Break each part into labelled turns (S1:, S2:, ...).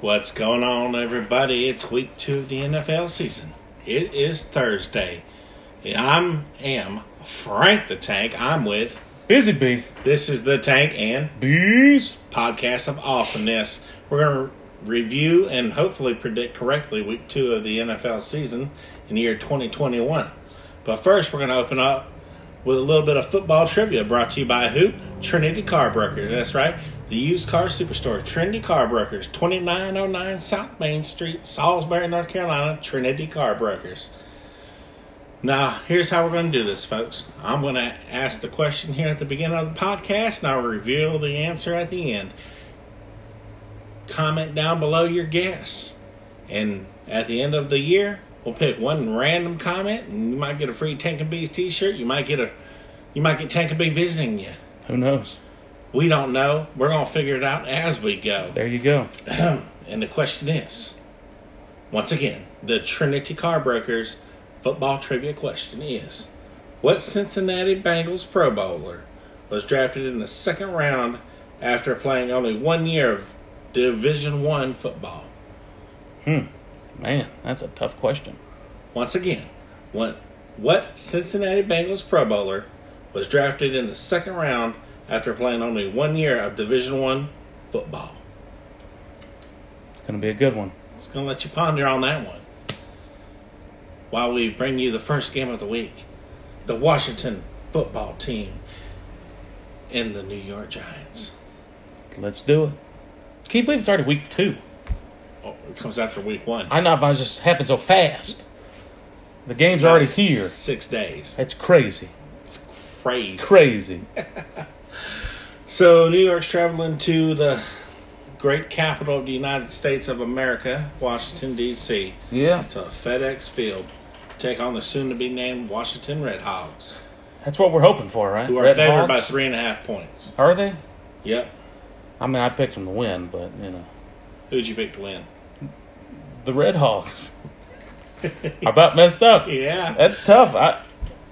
S1: What's going on, everybody? It's week two of the NFL season. It is Thursday. I'm am Frank the Tank. I'm with
S2: Busy Bee.
S1: this is the Tank and
S2: Bees.
S1: podcast of awesomeness. We're going to review and hopefully predict correctly week two of the NFL season in the year 2021. But first, we're going to open up with a little bit of football trivia brought to you by who? Trinity Car Brokers. That's right. The used car superstore, Trinity Car Brokers, 2909 South Main Street, Salisbury, North Carolina, Trinity Car Brokers. Now, here's how we're going to do this, folks. I'm going to ask the question here at the beginning of the podcast, and I'll reveal the answer at the end. Comment down below your guess. And at the end of the year, we'll pick one random comment, and you might get a free Tank and Bees t-shirt. You might get a, you might get Tank and Bee visiting you.
S2: Who knows?
S1: We don't know. We're going to figure it out as we go.
S2: There you go.
S1: and the question is, once again, the Trinity Car Brokers football trivia question is What Cincinnati Bengals Pro Bowler was drafted in the second round after playing only one year of Division One football?
S2: Man, that's a tough question.
S1: Once again, what, what Cincinnati Bengals Pro Bowler was drafted in the second round after playing only one year of Division One football?
S2: It's going to be a good one.
S1: Just gonna let you ponder on that one. While we bring you the first game of the week, the Washington football team and the New York Giants.
S2: Let's do it. Can you believe it's already week two?
S1: Oh, it comes after week one.
S2: I know, but it just happened so fast. The game's already here.
S1: Six days.
S2: That's crazy.
S1: It's crazy.
S2: Crazy.
S1: So New York's traveling to the great capital of the United States of America, Washington D.C.
S2: Yeah.
S1: to FedEx Field to take on the soon-to-be named Washington Red Hogs,
S2: That's what we're hoping for, right?
S1: who are
S2: Red
S1: favored by
S2: Hawks?
S1: three and a half points.
S2: Are they?
S1: Yep.
S2: I mean, I picked them to win, but, you know.
S1: Who'd you pick to win?
S2: The Red Hawks. I about messed up.
S1: Yeah.
S2: That's tough. I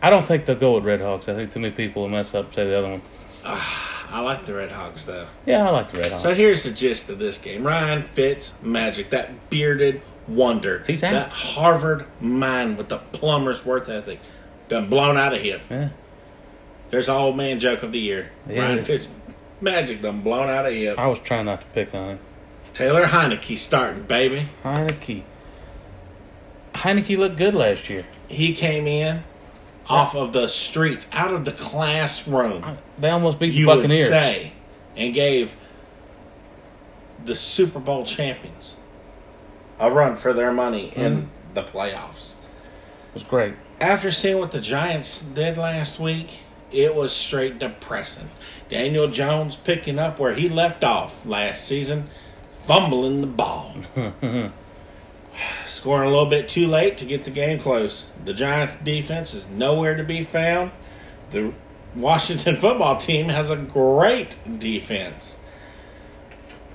S2: I don't think they'll go with Red Hawks. I think too many people will mess up say the other one.
S1: I like the Red Hawks though.
S2: Yeah, I like the Red Hawks.
S1: So here's the gist of this game: Ryan Fitz Magic, that bearded wonder,
S2: He's out.
S1: that Harvard mind with the plumber's worth ethic, done blown out of him.
S2: yeah.
S1: There's the old man joke of the year.
S2: Yeah.
S1: Ryan Fitz Magic done blown out of him.
S2: I was trying not to pick on him.
S1: Taylor Heineke starting, baby.
S2: Heineke. Heineke looked good last year.
S1: He came in off of the streets, out of the classroom.
S2: They almost beat the
S1: you
S2: Buccaneers.
S1: would say, and gave the Super Bowl champions a run for their money in
S2: Mm-hmm.
S1: the playoffs.
S2: It was great.
S1: After seeing what the Giants did last week, it was straight depressing. Daniel Jones picking up where he left off last season, fumbling the ball. Scoring a little bit too late to get the game close. The Giants' defense is nowhere to be found. The Washington football team has a great defense.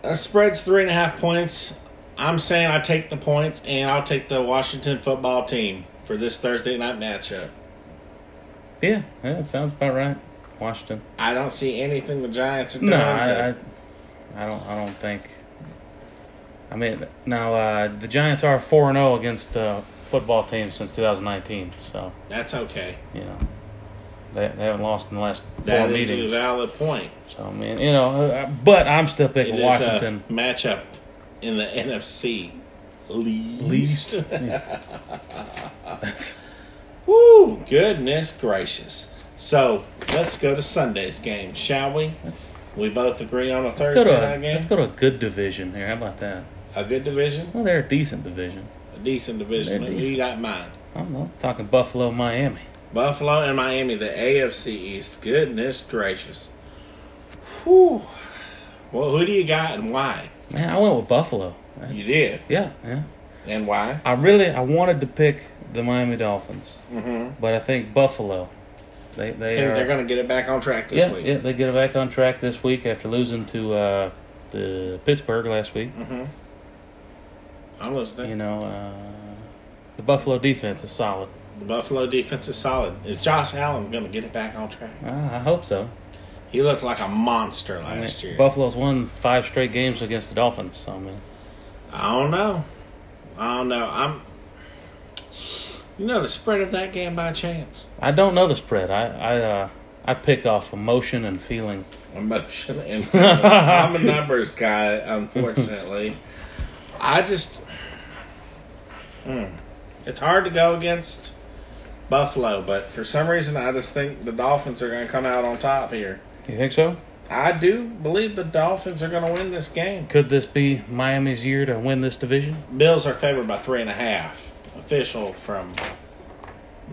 S1: A spread's three and a half points. I'm saying I take the points and I'll take the Washington football team for this Thursday night matchup.
S2: Yeah, yeah, that sounds about right. Washington.
S1: I don't see anything the Giants are doing.
S2: No,
S1: to-
S2: I, I, I don't. I don't think. I mean, now uh, the Giants are four and zero against uh, football teams since 2019. So
S1: that's okay.
S2: you know, they, they haven't lost in the last four
S1: That is
S2: meetings.
S1: a valid point.
S2: So I mean, you know, uh, but I'm still
S1: It
S2: picking
S1: is uh,
S2: Washington.
S1: a matchup in the NFC least.
S2: Least.
S1: Woo! Goodness gracious. So let's go to Sunday's game, shall we? We both agree on a
S2: Let's
S1: Thursday
S2: go to
S1: night
S2: a,
S1: game.
S2: let's go to a good division here. How about that?
S1: A good division,
S2: Well, they're a decent division.
S1: a decent division.
S2: They're
S1: Who
S2: decent.
S1: you got mine?
S2: I'm not talking Buffalo, Miami.
S1: Buffalo and Miami, the AFC East. Goodness gracious. Whew. Well, who do you got and why?
S2: Man, I went with Buffalo.
S1: You did.
S2: Yeah, yeah.
S1: And why?
S2: I really I wanted to pick the Miami Dolphins,
S1: Mm-hmm.
S2: but I think Buffalo. They they
S1: I think
S2: are,
S1: they're going to get it back on track this
S2: yeah
S1: week.
S2: yeah they get back on track this week after losing to uh, the Pittsburgh last week.
S1: Mm-hmm. I'm listening.
S2: You know, uh, the Buffalo defense is solid.
S1: The Buffalo defense is solid. Is Josh Allen going to get it back on track?
S2: Uh, I hope so.
S1: He looked like a monster
S2: I mean,
S1: last year.
S2: Buffalo's won five straight games against the Dolphins. So I mean,
S1: I don't know. I don't know. I'm. You know the spread of that game by chance.
S2: I don't know the spread. I I uh, I pick off emotion and feeling.
S1: Emotion and I'm a numbers guy, unfortunately. I just. Mm. it's hard to go against Buffalo, but for some reason, I just think the Dolphins are going to come out on top here.
S2: You think so?
S1: I do believe the Dolphins are going to win this game.
S2: Could this be Miami's year to win this division?
S1: Bills are favored by three and a half. Official from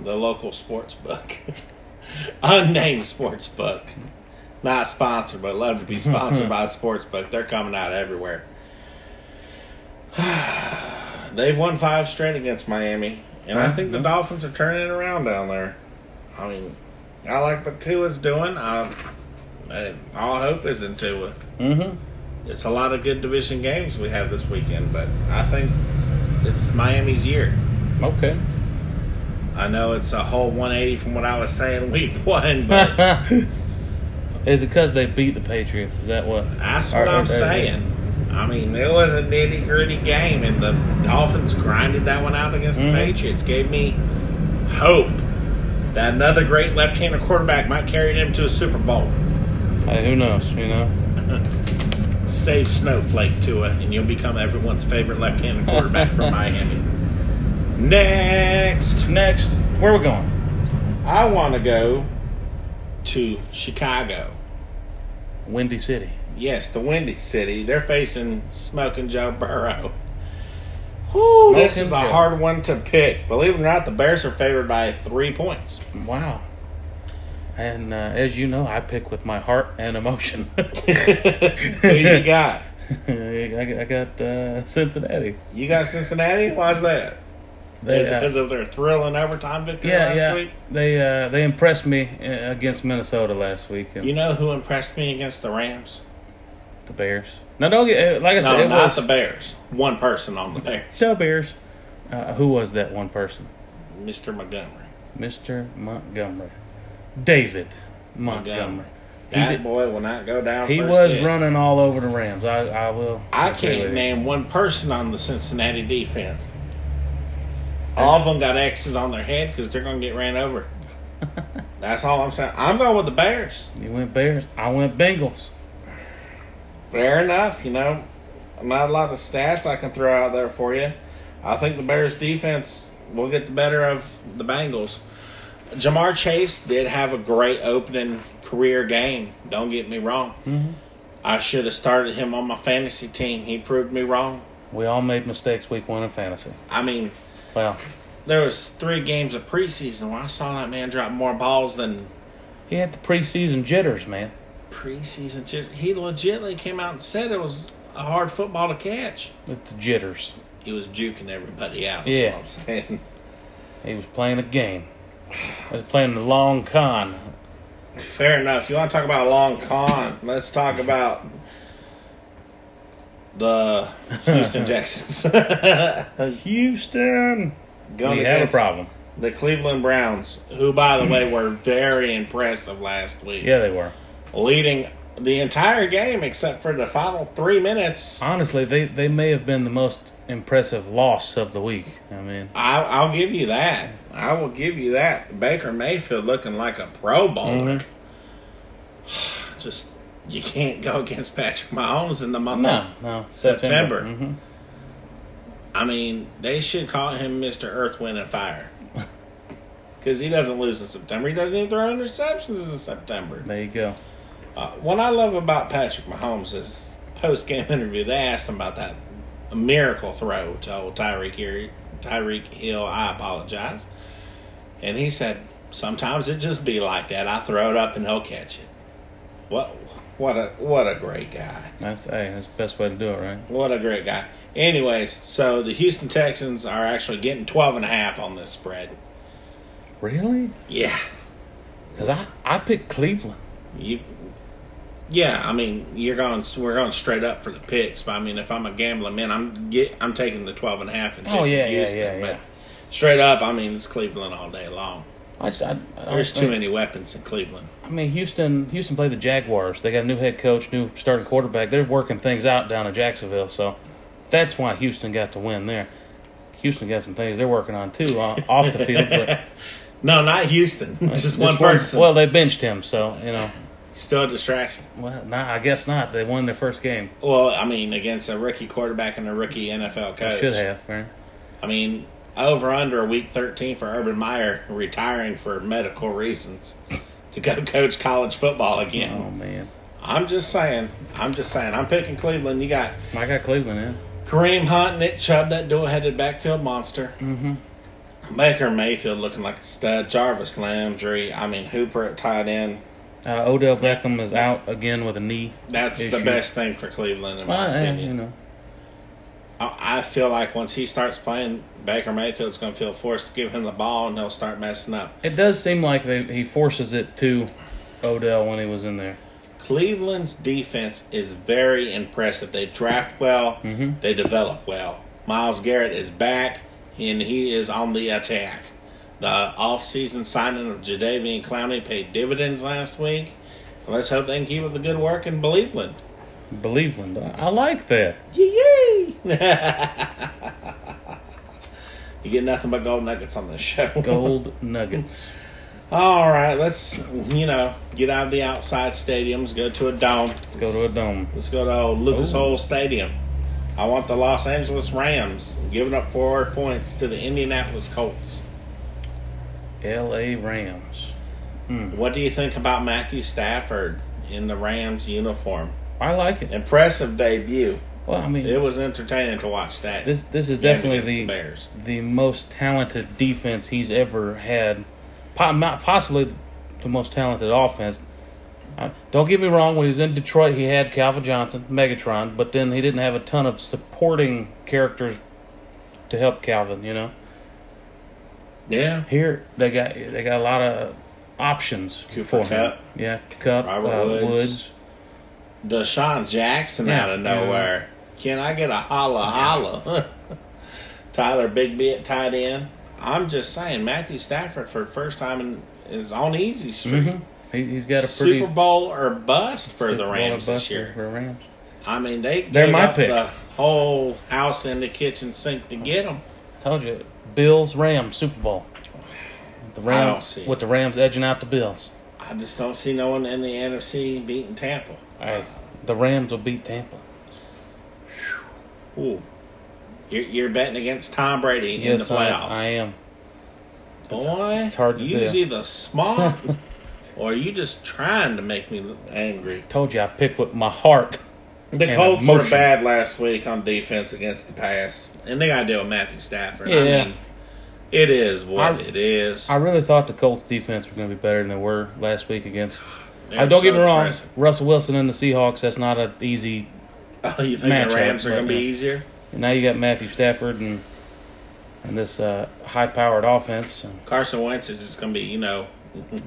S1: the local sports book, unnamed sports book, not sponsored, but love to be sponsored by a sports book. They're coming out everywhere. They've won five straight against Miami, and I think the Dolphins are turning it around down there. I mean, I like what Tua's doing. I, I, all hope is in Tua.
S2: Mm-hmm.
S1: It's a lot of good division games we have this weekend, but I think it's Miami's year.
S2: Okay.
S1: I know it's a whole 180 from what I was saying week one, but
S2: Is it because they beat the Patriots? Is that what?
S1: that's what
S2: Or- or-
S1: I'm
S2: or-
S1: saying. I mean, it was a nitty gritty game, and the Dolphins grinded that one out against
S2: Mhm.
S1: the Patriots. Gave me hope that another great left handed quarterback might carry them to a Super Bowl.
S2: Hey, who knows? You know.
S1: Save Snowflake to it, and you'll become everyone's favorite left handed quarterback from Miami. Next!
S2: Next, where we going?
S1: I want to go to Chicago.
S2: Windy City.
S1: Yes, the Windy City. They're facing Smoking Joe Burrow.
S2: Whew,
S1: this is a
S2: Smokin' Joe.
S1: hard one to pick. Believe it or not, the Bears are favored by three points.
S2: Wow. And uh, as you know, I pick with my heart and emotion.
S1: Who you got?
S2: I, I got uh, Cincinnati.
S1: You got Cincinnati? Why's that?
S2: They,
S1: Is it
S2: uh,
S1: because of their thrill and overtime victory
S2: yeah,
S1: last
S2: yeah.
S1: week?
S2: They uh, they impressed me uh, against Minnesota last week. And
S1: You know who impressed me against the Rams?
S2: the Bears. Now don't get uh, like I said,
S1: No,
S2: it
S1: not
S2: was
S1: the Bears. One person on the Bears,
S2: the Bears. Uh, who was that one person?
S1: Mr. Montgomery.
S2: Mr. Montgomery, David Montgomery.
S1: Montgomery.
S2: He
S1: That
S2: did-
S1: boy will not go down.
S2: He
S1: first
S2: was
S1: hit.
S2: running all over the Rams. I, I will.
S1: I
S2: agree
S1: can't
S2: with
S1: name one person on the Cincinnati defense. All of them got X's on their head because they're going to get ran over. That's all I'm saying. I'm going with the Bears.
S2: You You went Bears. I went Bengals.
S1: Fair enough. You know, not a lot of stats I can throw out there for you. I think the Bears defense will get the better of the Bengals. Jamar Chase did have a great opening career game. Don't get me wrong. I should have started him on my fantasy team. He proved me wrong.
S2: We all made mistakes week one in fantasy.
S1: I mean,
S2: Well,
S1: there was three games of preseason where I saw that man drop more balls than
S2: he had the preseason jitters, man.
S1: preseason. J- He legitimately came out and said it was a hard football to catch.
S2: It's the jitters.
S1: He was juking everybody out.
S2: Yeah.
S1: Yeah, what I'm saying.
S2: He was playing a game. He was playing the long con.
S1: fair enough. You want to talk about a long con? Let's talk about the Houston Texans.
S2: Houston,
S1: Going
S2: we have a
S1: against
S2: problem.
S1: The Cleveland Browns, who by the way were very impressive last week,
S2: Yeah, they were.
S1: leading the entire game except for the final three minutes.
S2: Honestly, they they may have been the most impressive loss of the week. I mean,
S1: I, I'll give you that. I will give you that. Baker Mayfield looking like a Pro Bowler.
S2: mhm.
S1: Just you can't go against Patrick Mahomes in the month.
S2: no,
S1: of-
S2: no,
S1: September.
S2: Mhm.
S1: I mean, they should call him Mister Earth, Wind, and Fire because he doesn't lose in September. He doesn't even throw interceptions in September.
S2: There you go.
S1: Uh, what I love about Patrick Mahomes is post game interview. They asked him about that miracle throw to old Tyreek Hill. Tyreek Hill, I apologize, and he said, "Sometimes it just be like that. I throw it up and he'll catch it." What? What a what a great guy.
S2: That's hey, that's the best way to do it, right?
S1: What a great guy. Anyways, so the Houston Texans are actually getting 12 and a half on this spread.
S2: Really?
S1: Yeah.
S2: Because I I picked Cleveland.
S1: You Yeah, I mean, you're going we're going straight up for the picks, but I mean, if I'm a gambling man, I'm get I'm taking the 12 and a half and
S2: Oh,
S1: taking
S2: yeah, yeah,
S1: Houston,
S2: yeah, yeah.
S1: But straight up, I mean, it's Cleveland all day long.
S2: I just I, I don't
S1: There's too
S2: think-
S1: many weapons in Cleveland.
S2: I mean, Houston. Houston played the Jaguars. They got a new head coach, new starting quarterback. They're working things out down in Jacksonville. So That's why Houston got to win there. Houston got some things they're working on too uh, off the field, but
S1: No, not Houston. just one
S2: This
S1: person.
S2: Well, they benched him, so you know.
S1: Still a distraction.
S2: Well, nah, I guess not. They won their first game.
S1: Well, I mean, against a rookie quarterback and a rookie NFL
S2: They
S1: coach.
S2: should have, man.
S1: I mean, over under week 13 for Urban Meyer retiring for medical reasons to go coach college football again.
S2: Oh man,
S1: I'm just saying. I'm just saying. I'm picking Cleveland. You got
S2: I got Cleveland in.
S1: Kareem Hunt, Nick Chubb, that dual headed backfield monster. Mm-hmm. Baker Mayfield looking like a stud. Jarvis Landry. I mean, Hooper at tight end.
S2: Uh, Odell Beckham is out again with a knee.
S1: That's the
S2: issue.
S1: best thing for Cleveland, in my
S2: Well, eh,
S1: opinion.
S2: you know,
S1: I I feel like once he starts playing, Baker Mayfield's going to feel forced to give him the ball and he'll start messing up.
S2: it does seem like they, he forces it to Odell when he was in there.
S1: Cleveland's defense is very impressive. They draft well,
S2: Mm-hmm.
S1: they develop well. Miles Garrett is back, and he is on the attack. The offseason signing of Jadavian Clowney paid dividends last week. Let's hope they can keep up the good work in Cleveland.
S2: Cleveland, I like that.
S1: Yay! you get nothing but gold nuggets on this show.
S2: Gold Nuggets.
S1: All right, let's you know get out of the outside stadiums, go to a dome.
S2: Let's go to a dome.
S1: Let's go to old Lucas
S2: Ooh.
S1: Oil Stadium. I want the Los Angeles Rams giving up four points to the Indianapolis Colts.
S2: L.A. Rams.
S1: What do you think about Matthew Stafford in the Rams uniform?
S2: I like it.
S1: Impressive debut.
S2: Well, I mean,
S1: It was entertaining to watch that.
S2: this this is
S1: game
S2: definitely
S1: against
S2: the
S1: Bears.
S2: the most talented defense he's ever had, Po- mo- possibly the most talented offense. Uh, Don't get me wrong. When he was in Detroit, he had Calvin Johnson, Megatron, but then he didn't have a ton of supporting characters to help Calvin. You know,
S1: Yeah,
S2: here they got they got a lot of options
S1: Cooper
S2: for him.
S1: Kupp.
S2: Yeah, Cup, uh,
S1: Robert Woods.
S2: Woods.
S1: Deshaun Jackson
S2: Yeah,
S1: out of
S2: yeah.
S1: nowhere. Can I get a holla holla? Tyler Bigby at tight end. I'm just saying, Matthew Stafford for the first time in, is on easy street.
S2: Mhm. He, he's got a pretty
S1: Super Bowl or bust for
S2: Super
S1: the
S2: Bowl
S1: Rams
S2: bust
S1: this year.
S2: For the Rams.
S1: I mean, they
S2: They're
S1: gave
S2: my
S1: up
S2: pick.
S1: the whole house and the kitchen sink to get them.
S2: Told you, Bills Rams Super Bowl. The
S1: I don't
S2: Rams
S1: see it.
S2: with the Rams edging out the Bills.
S1: I just don't see no one in the NFC beating Tampa.
S2: Hey, the Rams will beat Tampa.
S1: Ooh, you're, you're betting against Tom Brady
S2: Yes,
S1: in the
S2: I,
S1: playoffs.
S2: I am.
S1: Boy,
S2: it's hard to
S1: you
S2: do.
S1: was either smart or you just trying to make me look angry.
S2: Told you I picked with my heart.
S1: The
S2: And
S1: Colts were
S2: emotion.
S1: bad last week on defense against the pass, and they got to deal with Matthew Stafford. I
S2: Yeah.
S1: mean, it is what
S2: I-
S1: it is.
S2: I really thought the Colts defense were going to be better than they were last week against.
S1: They
S2: I
S1: were
S2: don't
S1: so
S2: get me wrong.
S1: depressing.
S2: Russell Wilson and the Seahawks. That's not an easy.
S1: Oh, you think the
S2: matchup,
S1: Rams are going to
S2: but,
S1: be
S2: yeah.
S1: easier?
S2: Now you got Matthew Stafford and and this uh, high-powered offense.
S1: Carson Wentz is just going to be, you know,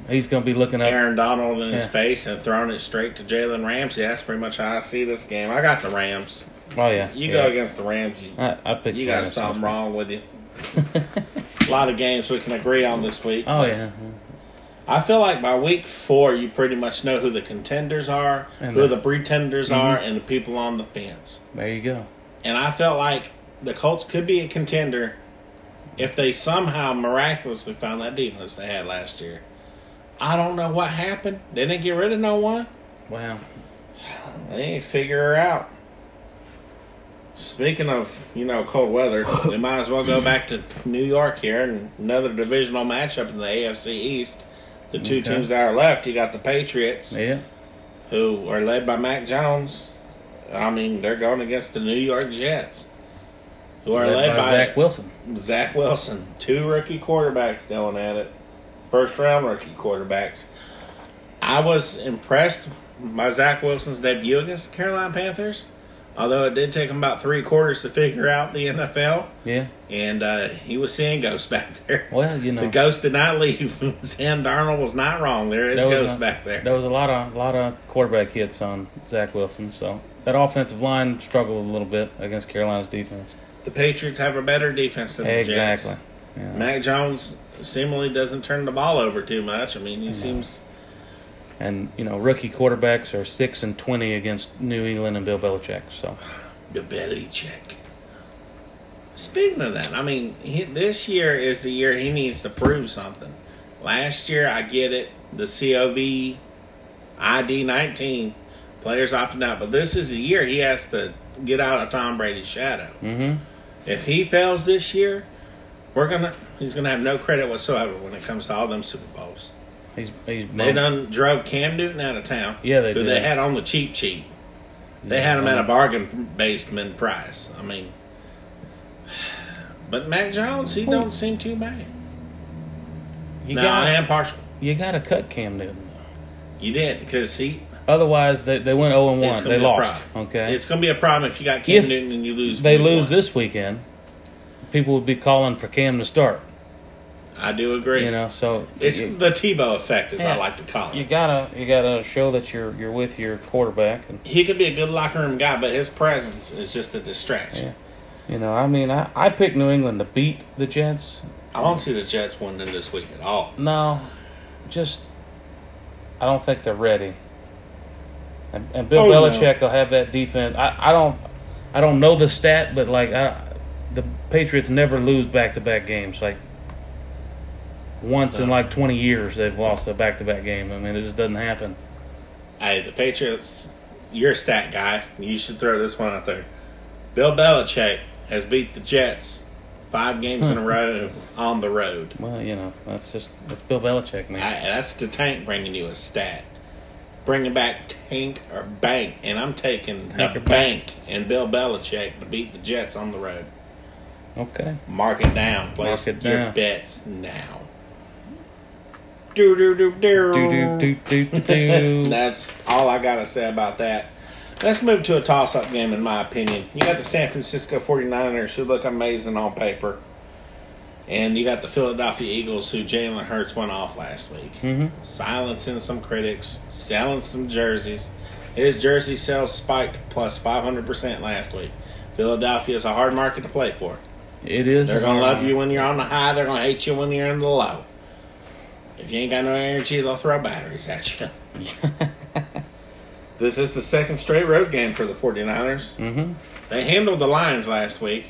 S2: He's going to be looking up.
S1: Aaron Donald in his
S2: Yeah.
S1: face and throwing it straight to Jalen Ramsey. That's pretty much how I see this game. I got the Rams.
S2: Oh yeah,
S1: You
S2: yeah.
S1: go against the Rams, you,
S2: I, I picked.
S1: you
S2: the
S1: got
S2: Rams
S1: something
S2: last
S1: wrong with you. A lot of games we can agree on this week.
S2: week. Oh yeah.
S1: I feel like by week four, you pretty much know who the contenders are,
S2: And
S1: who
S2: the- Mm-hmm.
S1: the pretenders are, and the people on the fence.
S2: There you go.
S1: And I felt like the Colts could be a contender if they somehow miraculously found that defense they had last year. I don't know what happened. They didn't get rid of no one.
S2: Wow.
S1: They ain't figure her out. Speaking of, you know, cold weather, we might as well go back to New York here and another divisional matchup in the AFC East. The two
S2: Okay.
S1: teams that are left, you got the Patriots,
S2: Yeah.
S1: who are led by Mac Jones. I mean, they're going against the New York Jets, who are led, by,
S2: Zach Wilson.
S1: Zach Wilson. Two rookie quarterbacks going at it. First round rookie quarterbacks. I was impressed by Zach Wilson's debut against the Carolina Panthers, although it did take him about three quarters to figure out the NFL,
S2: Yeah.
S1: and uh, he was seeing ghosts back there.
S2: Well, you know,
S1: The ghost did not leave. Sam Darnold was not wrong. There is
S2: there was
S1: ghosts
S2: a,
S1: back there.
S2: there was a lot of lot of quarterback hits on Zach Wilson. So that offensive line struggled a little bit against Carolina's defense.
S1: The Patriots have a better defense than the Jets.
S2: Exactly. Yeah.
S1: Mac Jones seemingly doesn't turn the ball over too much. I mean, he seems
S2: And you know, rookie quarterbacks are six and twenty against New England and Bill Belichick. So
S1: the belly check. Speaking of that, I mean, he, this year is the year he needs to prove something. Last year, I get it, the COV ID 19 players opted out, but this is the year he has to get out of Tom Brady's shadow.
S2: Mm-hmm.
S1: If he fails this year, we're gonna he's gonna have no credit whatsoever when it comes to all them Super Bowls.
S2: He's he's
S1: They done drove Cam Newton out of town.
S2: Yeah, they
S1: who
S2: did. uh-huh.
S1: They had on the cheap cheap. They had him at a bargain basement price. I mean, but Mac Jones, he don't seem too bad.
S2: You
S1: no,
S2: got
S1: I am partial.
S2: you got to cut Cam Newton.
S1: You did because he.
S2: Otherwise, they, they went zero and
S1: it's
S2: one.
S1: gonna
S2: They
S1: be a
S2: lost.
S1: problem.
S2: Okay,
S1: it's gonna be a problem if you got Cam
S2: If
S1: Newton and you lose.
S2: they
S1: week
S2: lose
S1: one.
S2: this weekend. People would be calling for Cam to start.
S1: I do agree.
S2: You know, so
S1: it's
S2: you,
S1: the Tebow effect, as
S2: Yeah.
S1: I like to call it.
S2: you gotta you gotta show that you're you're with your quarterback and
S1: he could be a good locker room guy, but his presence is just a distraction.
S2: Yeah. You know, I mean, I, I picked New England to beat the Jets.
S1: I don't see the Jets winning this week at all.
S2: No, just I don't think they're ready. And, and Bill
S1: Oh, no.
S2: Belichick will have that defense. I, I don't I don't know the stat, but like I, the Patriots never lose back to back games. Like once in
S1: No.
S2: like twenty years, they've lost a back to back game. I mean, it just doesn't happen.
S1: Hey, the Patriots, you're a stat guy. You should throw this one out there. Bill Belichick has beat the Jets five games
S2: Hmm.
S1: in a row on the road.
S2: Well, you know, that's just that's Bill Belichick,
S1: I,
S2: man.
S1: that's the tank bringing you a stat. Bringing back tank or bank, and I'm taking
S2: Tank
S1: the
S2: or
S1: bank and Bill Belichick to beat the Jets on the road.
S2: okay.
S1: Mark it down. Place
S2: Mark it
S1: your
S2: down.
S1: bets now. Do do do do
S2: Do do do do do do.
S1: That's all I gotta say about that. Let's move to a toss-up game, in my opinion. You got the San Francisco 49ers, who look amazing on paper, and you got the Philadelphia Eagles, who Jalen Hurts went off last week,
S2: Mhm.
S1: silencing some critics, selling some jerseys. His jersey sales spiked plus 500% last week. Philadelphia is a hard market to play for.
S2: It is.
S1: They're gonna
S2: a-
S1: love you when you're on the high. They're gonna hate you when you're in the low. If you ain't got no energy, they'll throw batteries at you. this is the second straight road game for the 49ers.
S2: Mm-hmm.
S1: They handled the Lions last week,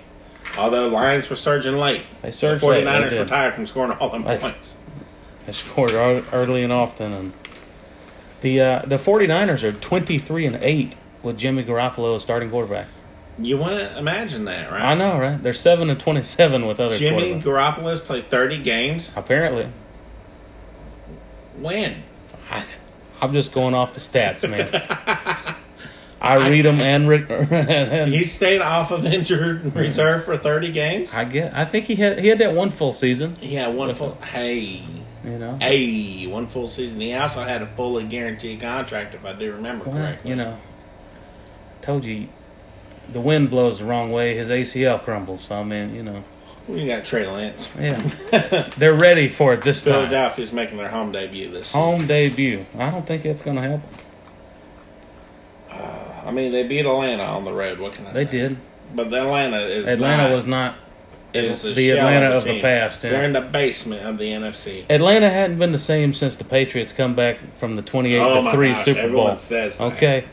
S1: although Lions were surging late.
S2: They surged
S1: the
S2: late, they
S1: 49ers
S2: did.
S1: were tired from scoring all them
S2: That's-
S1: points.
S2: They scored ear- early and often. And the uh, the 49ers are 23 and 8 with Jimmy Garoppolo as starting quarterback.
S1: You want to imagine that, right?
S2: I know, right? They're 7 and 27 with other
S1: Jimmy
S2: quarterbacks.
S1: Garoppolo's played 30 games.
S2: Apparently.
S1: When?
S2: I, I'm just going off the stats, man. I read them and, re- and
S1: He stayed off of injured reserve for 30 games.
S2: I get. I think he had he had that one full season,
S1: He had one full. Hey.
S2: you know.
S1: Hey, one full season. He also had a fully guaranteed contract, if I do remember
S2: Well,
S1: correctly.
S2: you know, told you, the wind blows the wrong way, his ACL crumbles. So I mean, you know,
S1: We got Trey Lance.
S2: yeah, they're ready for it this time.
S1: Philadelphia's making their home debut this season.
S2: home debut. I don't think that's going to help.
S1: I mean, they beat Atlanta on the road. What can I
S2: They
S1: say?
S2: did.
S1: But Atlanta is
S2: Atlanta
S1: not-
S2: was not.
S1: is a
S2: the
S1: shell
S2: Atlanta of the
S1: team.
S2: past, yeah.
S1: They're in the basement of the NFC.
S2: Atlanta hadn't been the same since the Patriots come back from the twenty eight
S1: Oh
S2: to
S1: my
S2: three
S1: gosh,
S2: Super
S1: everyone
S2: Bowl.
S1: says that.
S2: okay,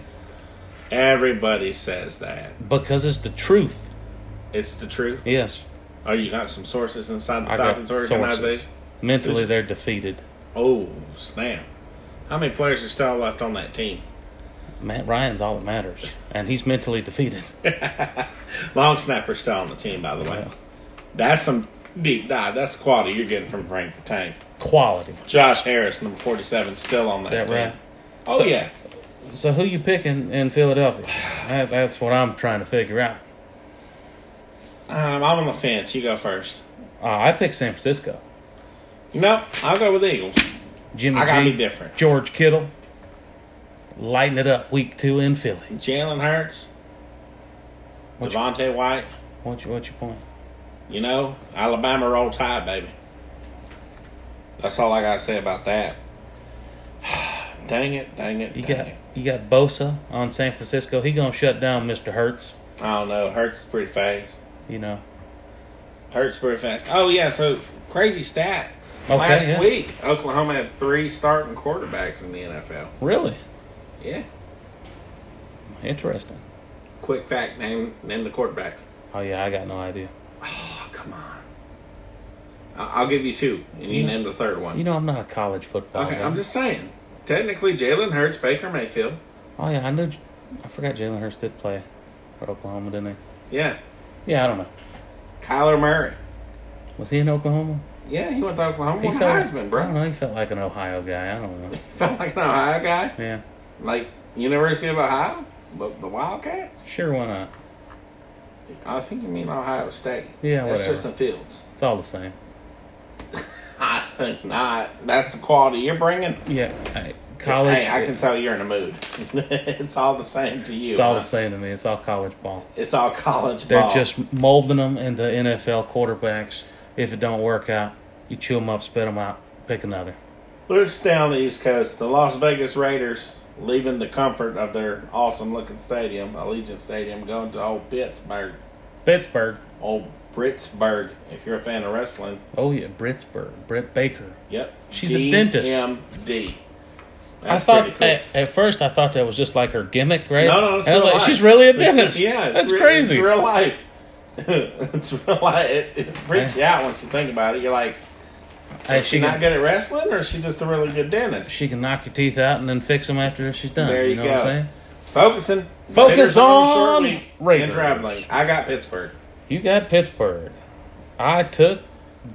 S1: Everybody says that.
S2: because it's the truth.
S1: It's the truth.
S2: Yes,
S1: Oh, you got some sources inside the
S2: I got
S1: Falcons
S2: sources.
S1: organization.
S2: Mentally, they're defeated.
S1: Oh snap! How many players are still left on that team?
S2: Matt Ryan's all that matters, and he's mentally defeated.
S1: Long snapper still on the team, by the way. That's some deep dive. That's quality you're getting from Frank the Tank.
S2: Quality.
S1: Josh Harris, number 47, still on that,
S2: Is that
S1: team.
S2: right?
S1: Oh,
S2: So-
S1: yeah.
S2: So who you picking in Philadelphia? That, that's what I'm trying to figure out.
S1: Um, I'm on the fence. You go first.
S2: Uh, I picked San Francisco.
S1: No, I'll go with the Eagles.
S2: Jimmy
S1: I gotta
S2: G,
S1: be different.
S2: George Kittle, lighting it up week two in Philly.
S1: Jalen Hurts,
S2: What you-
S1: Devontae White.
S2: What's your, what's your point?
S1: You know, Alabama roll tide, baby. That's all I got to say about that. dang it, dang it.
S2: You
S1: dang
S2: got
S1: it.
S2: you got Bosa on San Francisco. He gonna shut down Mr. Hertz.
S1: I don't know. Hurts is pretty fast.
S2: You know,
S1: Hurts pretty fast. Oh yeah, so crazy stat.
S2: Okay,
S1: Last
S2: yeah.
S1: week, Oklahoma had three starting quarterbacks in the NFL.
S2: really
S1: Yeah.
S2: interesting.
S1: Quick fact, name name the quarterbacks.
S2: Oh yeah, I got no idea.
S1: Oh, come on. I- I'll give you two, and you
S2: Yeah.
S1: name the third one.
S2: You know, I'm not a college football
S1: okay,
S2: guy.
S1: I'm just saying. Technically, Jalen Hurts, Baker Mayfield.
S2: Oh yeah, I knew. I forgot Jalen Hurst did play for Oklahoma, didn't
S1: Yeah.
S2: he? Yeah, I don't know.
S1: Kyler Murray.
S2: Was he in Oklahoma?
S1: Yeah, he went to Oklahoma.
S2: He
S1: Won
S2: felt-
S1: Heisman,
S2: I don't
S1: bro.
S2: know. He felt like an Ohio guy. I don't know.
S1: Felt like an Ohio guy.
S2: Yeah,
S1: Like, University of Ohio? But the Wildcats?
S2: sure. Why not?
S1: I think you mean Ohio State.
S2: Yeah,
S1: That's
S2: whatever.
S1: just the fields.
S2: It's all the same.
S1: I think not. That's the quality you're bringing.
S2: Yeah, I- college.
S1: Hey, I can tell you're in a mood. it's all the same to you.
S2: it's all
S1: huh?
S2: the same to me. It's all college ball.
S1: It's all college
S2: They're
S1: ball.
S2: just molding them into NFL quarterbacks. If it don't work out, you chew them up, spit them out, pick another.
S1: Let's stay on the East Coast. The Las Vegas Raiders leaving the comfort of their awesome looking stadium, Allegiant Stadium, going to old Pittsburgh.
S2: Pittsburgh.
S1: Old Britsburg, if you're a fan of wrestling.
S2: Oh yeah, Britsburg. Britt Baker.
S1: Yep.
S2: She's a dentist.
S1: DMD.
S2: I
S1: That's
S2: thought
S1: pretty cool.
S2: at, at first I thought that was just like her gimmick, right?
S1: No, no, it's
S2: and I was
S1: real
S2: like,
S1: life.
S2: she's really a dentist.
S1: yeah, it's
S2: that's
S1: real-
S2: crazy.
S1: It's real life. it's real life. It, it freaks you out once you think about it. You're like,
S2: Hey,
S1: is she,
S2: she
S1: not
S2: can,
S1: good at wrestling, or is she just a really good dentist?
S2: she can knock your teeth out and then fix them after she's done.
S1: There you
S2: know
S1: go.
S2: what I'm saying?
S1: Focusing,
S2: Focus
S1: Raiders are
S2: on
S1: a short week
S2: Raiders.
S1: and traveling. I got Pittsburgh.
S2: You got Pittsburgh. I took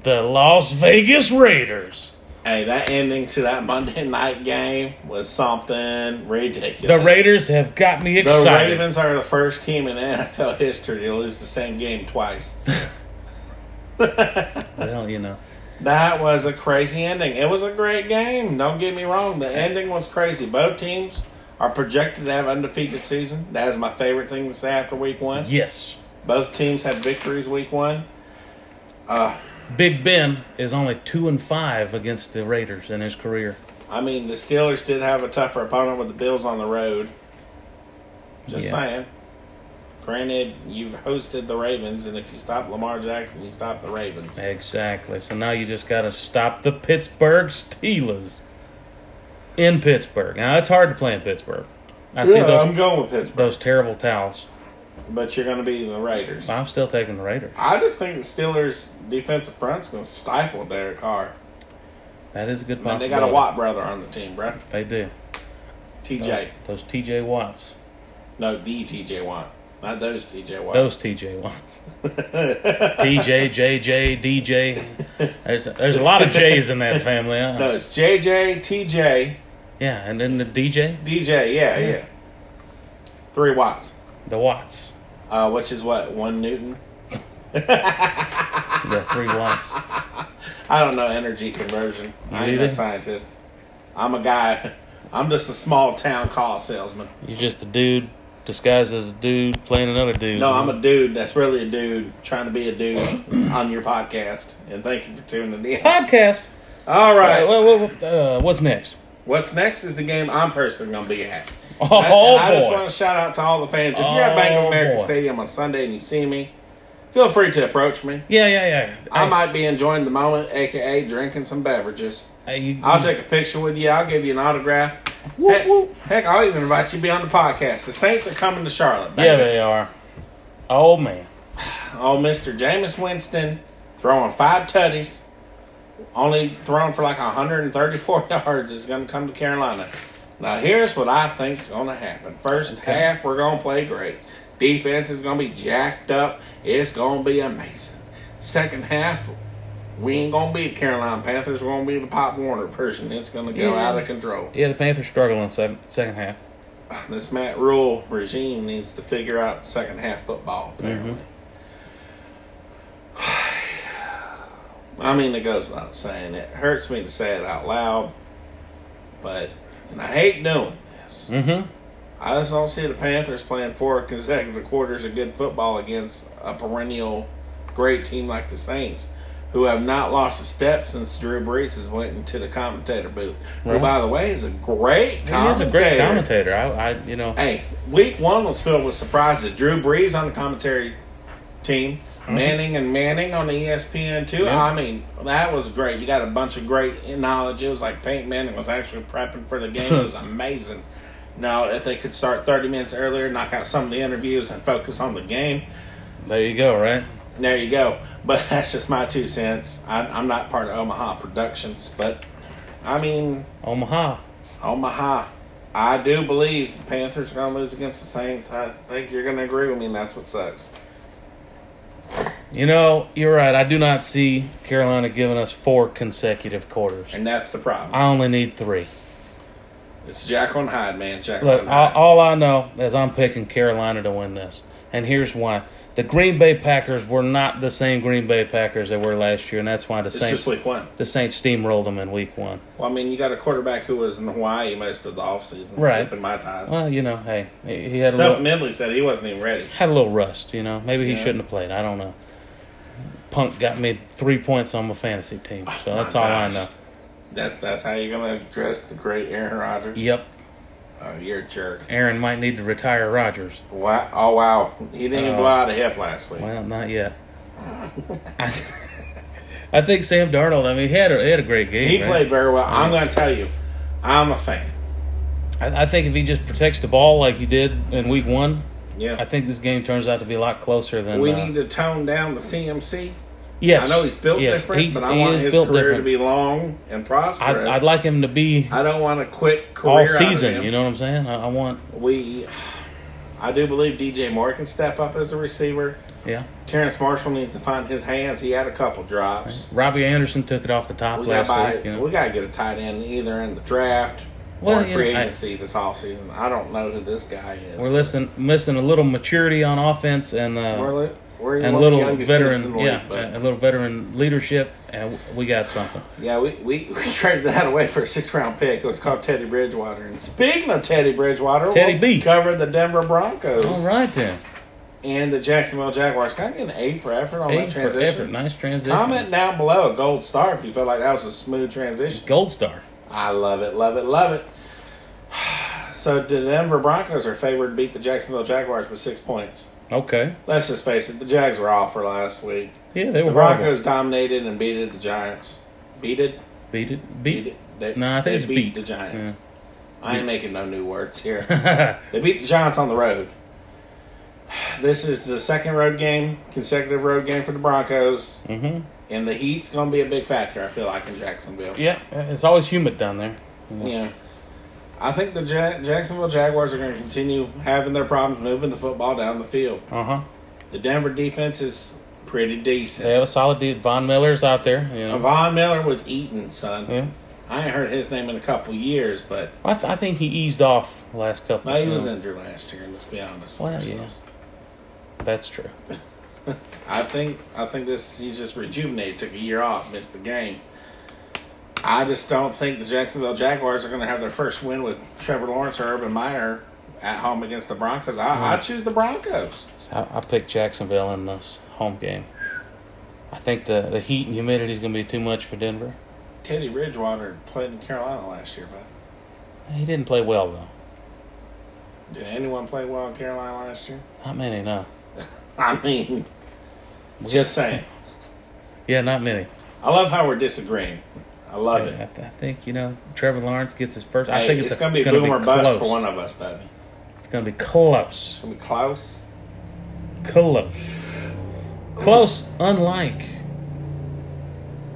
S2: the Las Vegas Raiders.
S1: Hey, that ending to that Monday night game was something ridiculous.
S2: The Raiders have got me
S1: The
S2: excited.
S1: Ravens are the first team in NFL history to lose the same game twice.
S2: well, you know,
S1: That was a crazy ending. It was a great game. Don't get me wrong. The ending was crazy. Both teams are projected to have undefeated season. That is my favorite thing to say after week one.
S2: yes,
S1: Both teams have victories week one. Uh,
S2: Big Ben is only two and five against the Raiders in his career.
S1: I mean, the Steelers did have a tougher opponent with the Bills on the road. Just
S2: Yeah.
S1: saying. Granted, you've hosted the Ravens, and if you stop Lamar Jackson, you stop the Ravens.
S2: Exactly. So now you just got to stop the Pittsburgh Steelers in Pittsburgh. Now it's hard to play in Pittsburgh. I see
S1: Yeah,
S2: those
S1: I'm going with Pittsburgh,
S2: those terrible towels.
S1: but you're going to be the Raiders.
S2: I'm still taking the Raiders.
S1: I just think the Steelers' defensive front's going to stifle Derek Carr.
S2: That is a good
S1: And they
S2: possibility.
S1: got a Watt brother on the team, bro.
S2: They do. Those,
S1: TJ.
S2: those TJ Watts.
S1: No, the TJ Watt. Not those TJ Watt.
S2: Those TJ Watts. TJ, JJ, DJ. There's there's a lot of J's in that family. huh?
S1: no, it's JJ, TJ,
S2: Yeah, and then the DJ,
S1: DJ. Yeah, yeah.
S2: Yeah.
S1: Three Watts.
S2: the Watts,
S1: Uh, which is what? One Newton?
S2: the three Watts.
S1: I don't know energy conversion. I ain't a
S2: Neither.
S1: scientist. I'm a guy. I'm just a small town call salesman.
S2: You're just a dude disguised as a dude playing another dude.
S1: No, I'm a dude that's really a dude trying to be a dude on your podcast. And thank you for tuning in.
S2: podcast.
S1: All
S2: All right,
S1: right.
S2: well, well, well, uh, what's next?
S1: What's next is the game I'm personally going to be at.
S2: Oh
S1: And I just
S2: boy!
S1: want to shout out to all the fans. If you're at Bank of
S2: Oh,
S1: America
S2: boy.
S1: Stadium on Sunday and you see me, feel free to approach me.
S2: yeah, yeah, yeah.
S1: I
S2: Hey,
S1: might be enjoying the moment, aka drinking some beverages.
S2: hey, you-
S1: I'll take a picture with you. I'll give you an autograph.
S2: Mm. Whoop,
S1: heck,
S2: whoop.
S1: heck, I'll even invite you to be on the podcast. The Saints are coming to Charlotte.
S2: Yeah,
S1: baby.
S2: they are. Oh man,
S1: Oh, Mr. Jameis Winston throwing five tutties, only thrown for like 134 yards, is going to come to Carolina. Now, here's what I think's going to happen. First
S2: Okay.
S1: half, we're going to play great. Defense is going to be jacked up. It's going to be amazing. Second half, we ain't going to be the Carolina Panthers. We're going to be the Pop Warner version. It's going to go
S2: Yeah.
S1: out of control.
S2: yeah, the Panthers struggle in the second, second half.
S1: This Matt Rule regime needs to figure out second half football, apparently.
S2: Mm-hmm.
S1: I mean, it goes without saying. It hurts me to say it out loud, but, and I hate doing this.
S2: Mm-hmm.
S1: I just don't see the Panthers playing four consecutive quarters of good football against a perennial great team like the Saints, who have not lost a step since Drew Brees has went into the commentator booth. Who,
S2: Right.
S1: by the way, is a great commentator.
S2: Mm-hmm. He is a great commentator. I, I you know,
S1: Hey, week one was filled with surprises. Drew Brees on the commentary team, Manning and Manning on E the ESPN too.
S2: Yeah.
S1: I mean, that was great. You got a bunch of great knowledge. It was like Peyton Manning was actually prepping for the game. it was amazing. Now, if they could start 30 minutes earlier, knock out some of the interviews, and focus on the game,
S2: there you go. Right?
S1: There you go. But that's just my two cents. I, I'm not part of Omaha Productions, but I mean,
S2: Omaha.
S1: Omaha. Oh, I do believe the Panthers are going to lose against the Saints. I think you're going to agree with me, and that's what sucks.
S2: You know, you're right. I do not see Carolina giving us four consecutive quarters.
S1: And that's the problem.
S2: I only need three.
S1: It's Jack on Hyde, man. Jack
S2: Look,
S1: on
S2: all,
S1: Hyde.
S2: all I know is I'm picking Carolina to win this, and here's why: the Green Bay Packers were not the same Green Bay Packers they were last year, and that's why the
S1: it's
S2: Saints
S1: just week one.
S2: the Saints steamrolled them in Week One.
S1: Well, I mean, you got a quarterback who was in Hawaii most of the offseason.
S2: Right.
S1: Sipping my ties.
S2: Well, you know, hey, he, he had a
S1: Self
S2: little,
S1: mentally said he wasn't even ready.
S2: had a little rust. You know, maybe he
S1: Yeah.
S2: shouldn't have played. I don't know. Punk got me three points on my fantasy team, so
S1: Oh my
S2: that's all I
S1: gosh.
S2: know.
S1: That's that's how you're going to address the great Aaron Rodgers.
S2: Yep,
S1: Oh, you're a jerk.
S2: Aaron might need to retire Rodgers.
S1: Wow. Oh, wow. He didn't even
S2: Uh,
S1: blow out a hip last week.
S2: Well, not yet. I, I think Sam Darnold. I mean, he had a, he had a great game.
S1: He
S2: right?
S1: played very well. I'm going to tell you, I'm a fan.
S2: I, I think if he just protects the ball like he did in week one, I
S1: Yeah.
S2: think this game turns out to be a lot closer than.
S1: We
S2: uh,
S1: need to tone down the CMC.
S2: yes,
S1: I know he's built
S2: yes,
S1: different,
S2: he's-
S1: but I
S2: he
S1: want
S2: is
S1: his career
S2: built
S1: to
S2: different.
S1: be long and
S2: I'd,
S1: prosperous.
S2: I'd like him to be
S1: I don't want a quick career
S2: all
S1: out of
S2: season.
S1: him.
S2: You know what I'm saying? I, I want.
S1: We, I do believe DJ Moore can step up as a receiver.
S2: Yeah,
S1: Terrence Marshall needs to find his hands. He had a couple drops.
S2: Robbie Anderson took it off the top
S1: We
S2: last
S1: got
S2: week. You know?
S1: we got to get a tight end either in the draft
S2: Well,
S1: or in
S2: yeah,
S1: free
S2: I-
S1: agency this offseason. I don't know who this guy is.
S2: We're listen, missing a little maturity on offense and uh,
S1: We're li- we're one
S2: and a
S1: of the
S2: little
S1: youngest teams in
S2: veteran,
S1: the league,
S2: yeah,
S1: but-
S2: a little veteran leadership, and w- we got something.
S1: Yeah, we, we, we traded that away for a six round pick. It was called Teddy Bridgewater. And speaking of Teddy Bridgewater,
S2: Teddy
S1: we'll
S2: B.
S1: cover the Denver Broncos
S2: All right then,
S1: and the Jacksonville Jaguars. Can I get an A for effort on
S2: eight
S1: that
S2: for effort,
S1: transition?
S2: nice transition.
S1: Comment down below a gold star if you felt like that was a smooth transition.
S2: Gold star.
S1: I love it, love it, love it. So the Denver Broncos are favored to beat the Jacksonville Jaguars with six points.
S2: Okay,
S1: Let's just face it, the Jags were off for last week.
S2: yeah, they
S1: The
S2: were horrible.
S1: Broncos dominated and beated the Giants. Beated?
S2: Beat it,
S1: Beat
S2: beat.
S1: it. They,
S2: No, I think
S1: they
S2: it's
S1: beat,
S2: beat.
S1: the Giants. I ain't making no new words here.
S2: Yeah.
S1: they beat the Giants on the road. This is the second road game, consecutive road game for the Broncos,
S2: hmm
S1: and the heat's gonna be a big factor. I feel like in Jacksonville.
S2: Yeah, it's always humid down there.
S1: Yeah. I think the ja- Jacksonville Jaguars are going to continue having their problems moving the football down the field.
S2: Uh huh.
S1: The Denver defense is pretty
S2: They
S1: decent.
S2: have a solid dude. Von Miller's out there. You know.
S1: Von Miller was eaten, son.
S2: Yeah.
S1: I ain't heard his name in a couple years, but
S2: I, th- I think he eased off the last couple.
S1: no, he
S2: you
S1: was
S2: know.
S1: injured last year. Let's be honest.
S2: Well,
S1: with
S2: yeah.
S1: ourselves.
S2: That's true.
S1: I think I think this he's just rejuvenated. Took a year off, missed the game. I just don't think the Jacksonville Jaguars are going to have their first win with Trevor Lawrence or Urban Meyer at home against the Broncos. I, I choose the Broncos.
S2: So I, I picked Jacksonville in this home game. I think the, the heat and humidity is going to be too much for Denver.
S1: Teddy Bridgewater played in Carolina last year, but
S2: He didn't play well though.
S1: did anyone play well in Carolina last year?
S2: Not many, no.
S1: I mean, just saying.
S2: Yeah, not many.
S1: I love how we're disagreeing. I love
S2: I,
S1: it.
S2: th- I think you know Trevor Lawrence gets his first. I
S1: Hey,
S2: think it's,
S1: going to be
S2: gonna
S1: boom or
S2: close.
S1: bust for one of us, baby.
S2: It's going to be close.
S1: It's going to be close.
S2: Close. Close, unlike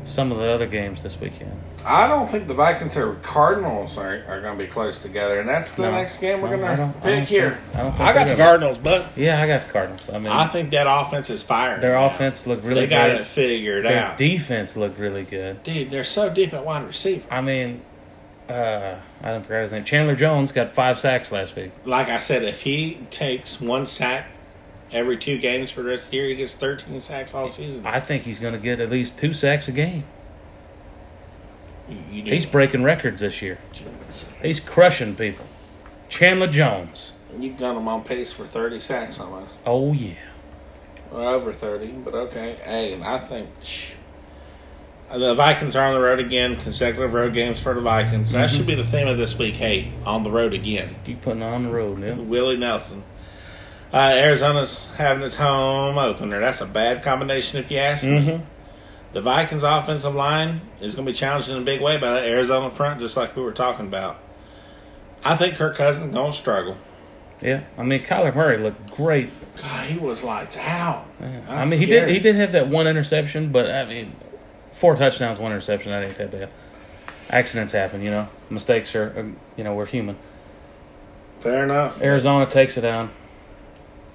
S2: some of the other games this weekend.
S1: I don't think the Vikings or Cardinals are, are going to be close together, and that's the
S2: No.
S1: next game we're
S2: No, I
S1: going to
S2: don't- I
S1: pick
S2: don't
S1: here.
S2: think- I don't think
S1: got
S2: they're
S1: the
S2: gonna-
S1: Cardinals, but
S2: Yeah, I got the Cardinals. I mean,
S1: I think that offense is firing.
S2: their
S1: now.
S2: offense looked really
S1: they got
S2: good.
S1: it figured
S2: Their
S1: out.
S2: defense looked really good.
S1: Dude, they're so deep at wide receiver.
S2: I mean, uh, I don't forget his name. Chandler Jones got five sacks last week.
S1: Like I said, if he takes one sack every two games for the rest of the year, he gets 13 sacks all season.
S2: I think he's going to get at least two sacks a game.
S1: You- you do-
S2: He's breaking records this year. He's crushing people. Chandler Jones.
S1: You've got him on pace for 30 sacks almost.
S2: Oh yeah.
S1: Well, over 30, but okay. Hey, and I think the Vikings are on the road again, consecutive road games for the Vikings. That should be the theme of this week. Hey, on the road again.
S2: Keep putting on the road, man.
S1: Willie Nelson. Uh, Arizona's having its home opener. That's a bad combination, if you ask me.
S2: Mm-hmm.
S1: The Vikings' offensive line is going to be challenged in a big way by the Arizona front, just like we were talking about. I think Kirk Cousins going to struggle.
S2: Yeah, I mean Kyler Murray looked great.
S1: God, he was lights out.
S2: Yeah. I
S1: I'm
S2: mean he
S1: scared.
S2: did he did have that one interception, but I mean four touchdowns, one interception. That ain't that bad. Accidents happen, you know. Mistakes are, are you know we're human.
S1: Fair enough.
S2: Arizona takes it down.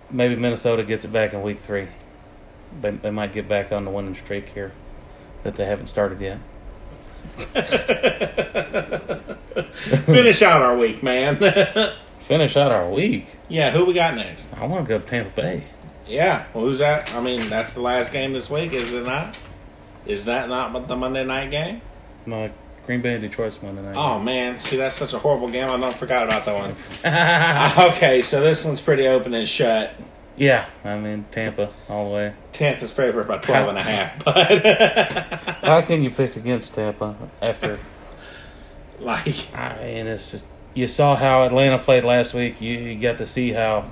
S2: Maybe Minnesota gets it back in week three. They, they might get back on the winning streak here that they haven't started yet.
S1: Finish out our week, man.
S2: Finish out our week.
S1: yeah, who we got next?
S2: I want to go to Tampa Bay.
S1: Yeah, well, who's that? I mean, that's the last game this week, is it not? Is that not the Monday night game?
S2: My Green Bay and Detroit's one tonight.
S1: Oh man, see that's such a horrible game. I don't forgot about that one.
S2: yeah,
S1: Okay, so this one's pretty open and shut.
S2: I mean Tampa all the way.
S1: Tampa's favored by 12 and a half, but
S2: How can you pick against Tampa after?
S1: like
S2: I mean, it's just you saw how Atlanta played last week. You, you got to see how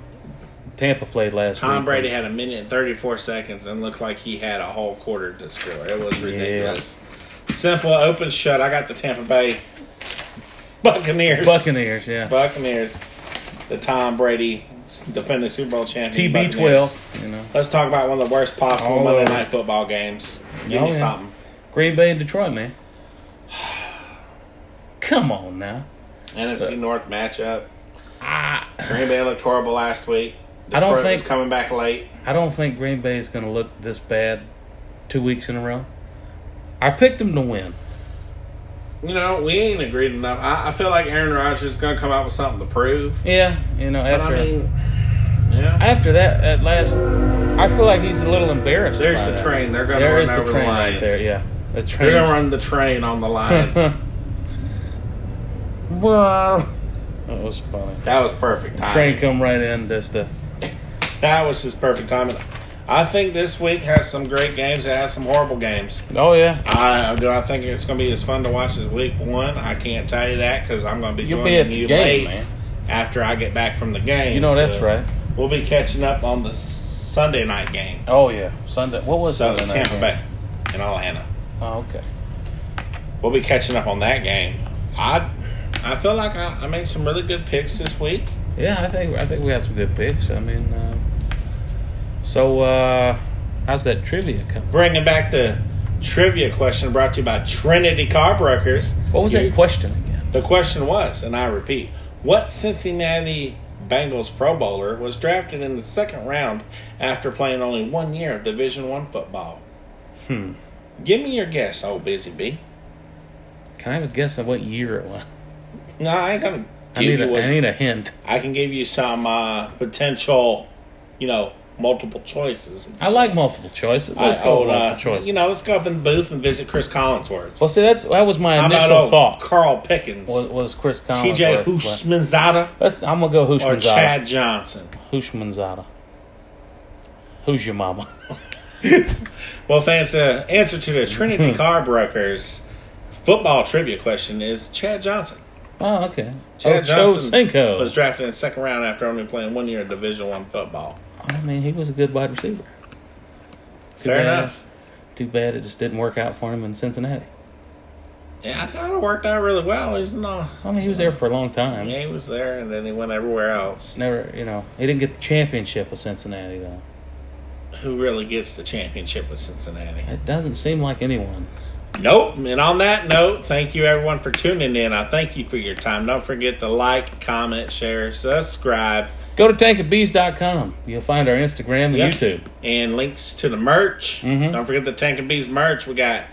S2: Tampa played last week.
S1: Tom Brady had a minute and 34 seconds and looked like he had a whole quarter to score. It was ridiculous. Simple open shut. I got the Tampa Bay Buccaneers.
S2: Buccaneers, yeah.
S1: Buccaneers. The Tom Brady defending Super Bowl champion.
S2: TB
S1: Buccaneers.
S2: twelve, you know.
S1: Let's talk about one of the worst possible
S2: All
S1: Monday
S2: over.
S1: night football games. Give
S2: Oh,
S1: me
S2: yeah.
S1: something.
S2: Green Bay and Detroit, man. Come on now. Uh,
S1: NFC North matchup.
S2: I,
S1: Green Bay looked horrible last week. Detroit
S2: I don't
S1: was
S2: think-
S1: coming back late.
S2: I don't think Green Bay is going to look this bad two weeks in a row. I picked them to win.
S1: You know, we ain't agreed enough. I, I feel like Aaron Rodgers is going to come out with something to prove.
S2: Yeah, you know
S1: But
S2: after
S1: I mean, yeah.
S2: after that at last, I feel like he's a little embarrassed.
S1: There's
S2: by
S1: the
S2: that.
S1: train. They're going to
S2: There
S1: run
S2: is the
S1: over
S2: train
S1: the
S2: right
S1: Lions.
S2: there. Yeah, the
S1: They're going to
S2: train.
S1: run the train on the Lions. that
S2: Wow, that was funny.
S1: was perfect timing.
S2: Train come right in just to
S1: That was just perfect timing. I think this week has some great games. It has some horrible games.
S2: oh yeah.
S1: I do. I think it's going to be as fun to watch as week one. I can't tell you that because I'm going to be
S2: You'll be
S1: joining
S2: at the
S1: you
S2: game,
S1: late
S2: man.
S1: after I get back from the game.
S2: You know that's
S1: so
S2: right.
S1: We'll be catching up on the Sunday night game.
S2: Oh yeah, Sunday. What was
S1: So
S2: Sunday night
S1: Tampa
S2: game?
S1: Bay and Atlanta.
S2: Oh okay.
S1: We'll be catching up on that game. I I feel like I, I made some really good picks this week.
S2: Yeah, I think I think we had some good picks. I mean, uh, so uh, how's that trivia coming?
S1: Bringing back the trivia question brought to you by Trinity Carbrokers.
S2: What was
S1: You-
S2: that question again?
S1: The question was, and I repeat, what Cincinnati Bengals Pro Bowler was drafted in the second round after playing only one year of Division One football?
S2: Hmm.
S1: Give me your guess, old Busy Bee.
S2: Can I have a guess of what year it was?
S1: No, I ain't gonna
S2: I
S1: give
S2: need
S1: you.
S2: a,
S1: what-
S2: I need a hint.
S1: I can give you some uh, potential, you know, multiple choices.
S2: I like multiple choices. Let's
S1: I
S2: go
S1: own,
S2: with multiple
S1: uh,
S2: choices.
S1: You know, let's go up in the booth and visit Chris Collinsworth.
S2: well, see, that's that was my
S1: How about
S2: initial
S1: old
S2: thought
S1: Carl Pickens,
S2: was, was Chris Collins.
S1: TJ Hushmanzada,
S2: Let's, I'm gonna go
S1: or
S2: Hushmanzada.
S1: Chad Johnson?
S2: Hushmanzada. Who's your mama?
S1: Well, fans, the answer to
S2: Hmm.
S1: the Trinity Car Brokers football trivia question is Chad Johnson.
S2: oh, okay.
S1: Chad
S2: Ocho Cinco.
S1: was drafted in the second round after only playing one year of Division One football.
S2: I mean, he was a good wide receiver. Too
S1: Fair
S2: bad-
S1: enough.
S2: Too bad it just didn't work out for him in Cincinnati.
S1: Yeah, I thought it worked out really well. He's not.
S2: I mean, he was there for a long time.
S1: Yeah, he was there, and then he went everywhere else.
S2: Never, you know, he didn't get the championship with Cincinnati though.
S1: Who really gets the championship with Cincinnati?
S2: It doesn't seem like anyone.
S1: Nope. And on that note, thank you everyone for tuning in. I thank you for your time. Don't forget to like, comment, share, subscribe,
S2: Go to tankofbees.com. You'll find our Instagram and
S1: Yep.
S2: YouTube.
S1: and links to the merch.
S2: Mhm.
S1: Don't forget the Tank and Bees merch. We got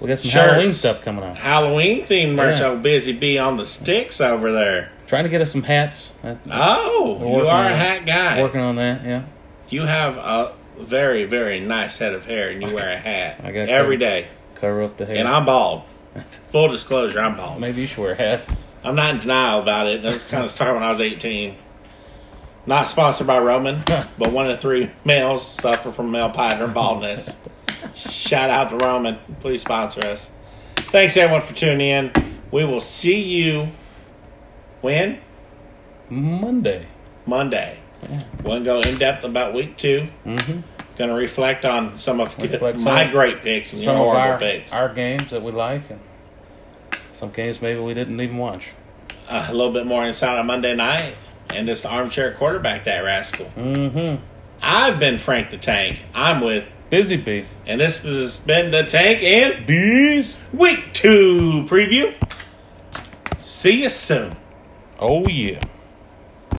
S2: We got some
S1: Shirts.
S2: Halloween stuff coming out.
S1: Halloween themed merch.
S2: Yeah.
S1: Old Busy Bee on the sticks over there.
S2: Trying to get us some hats. Uh,
S1: Oh,
S2: We're working
S1: you are
S2: on
S1: a
S2: it.
S1: hat guy.
S2: Working on that. Yeah.
S1: You have a very, very nice head of hair, and you wear a hat
S2: I got
S1: every
S2: covered.
S1: day.
S2: Cover up the hair.
S1: And I'm bald. Full disclosure, I'm bald.
S2: Maybe you should wear a hat.
S1: I'm not in denial about it. That's kind of started when I was 18. Not sponsored by Roman, but one in three males suffer from male pattern baldness. Shout out to Roman. Please sponsor us. Thanks everyone for tuning in. We will see you when
S2: Monday.
S1: Monday.
S2: Yeah.
S1: We'll go in depth about week two.
S2: Mm-hmm.
S1: Going to reflect on some of
S2: Reflect some-
S1: my great picks and your
S2: Some of
S1: horrible
S2: our,
S1: picks.
S2: our games that we like, and some games maybe we didn't even watch.
S1: Uh, a little bit more inside on Monday night. and it's the armchair quarterback, that rascal.
S2: Mm-hmm.
S1: I've been Frank the Tank. I'm with,
S2: Busy bee.
S1: and this has been the Tank and
S2: Bees.
S1: Week Two preview. See you soon.
S2: Oh yeah.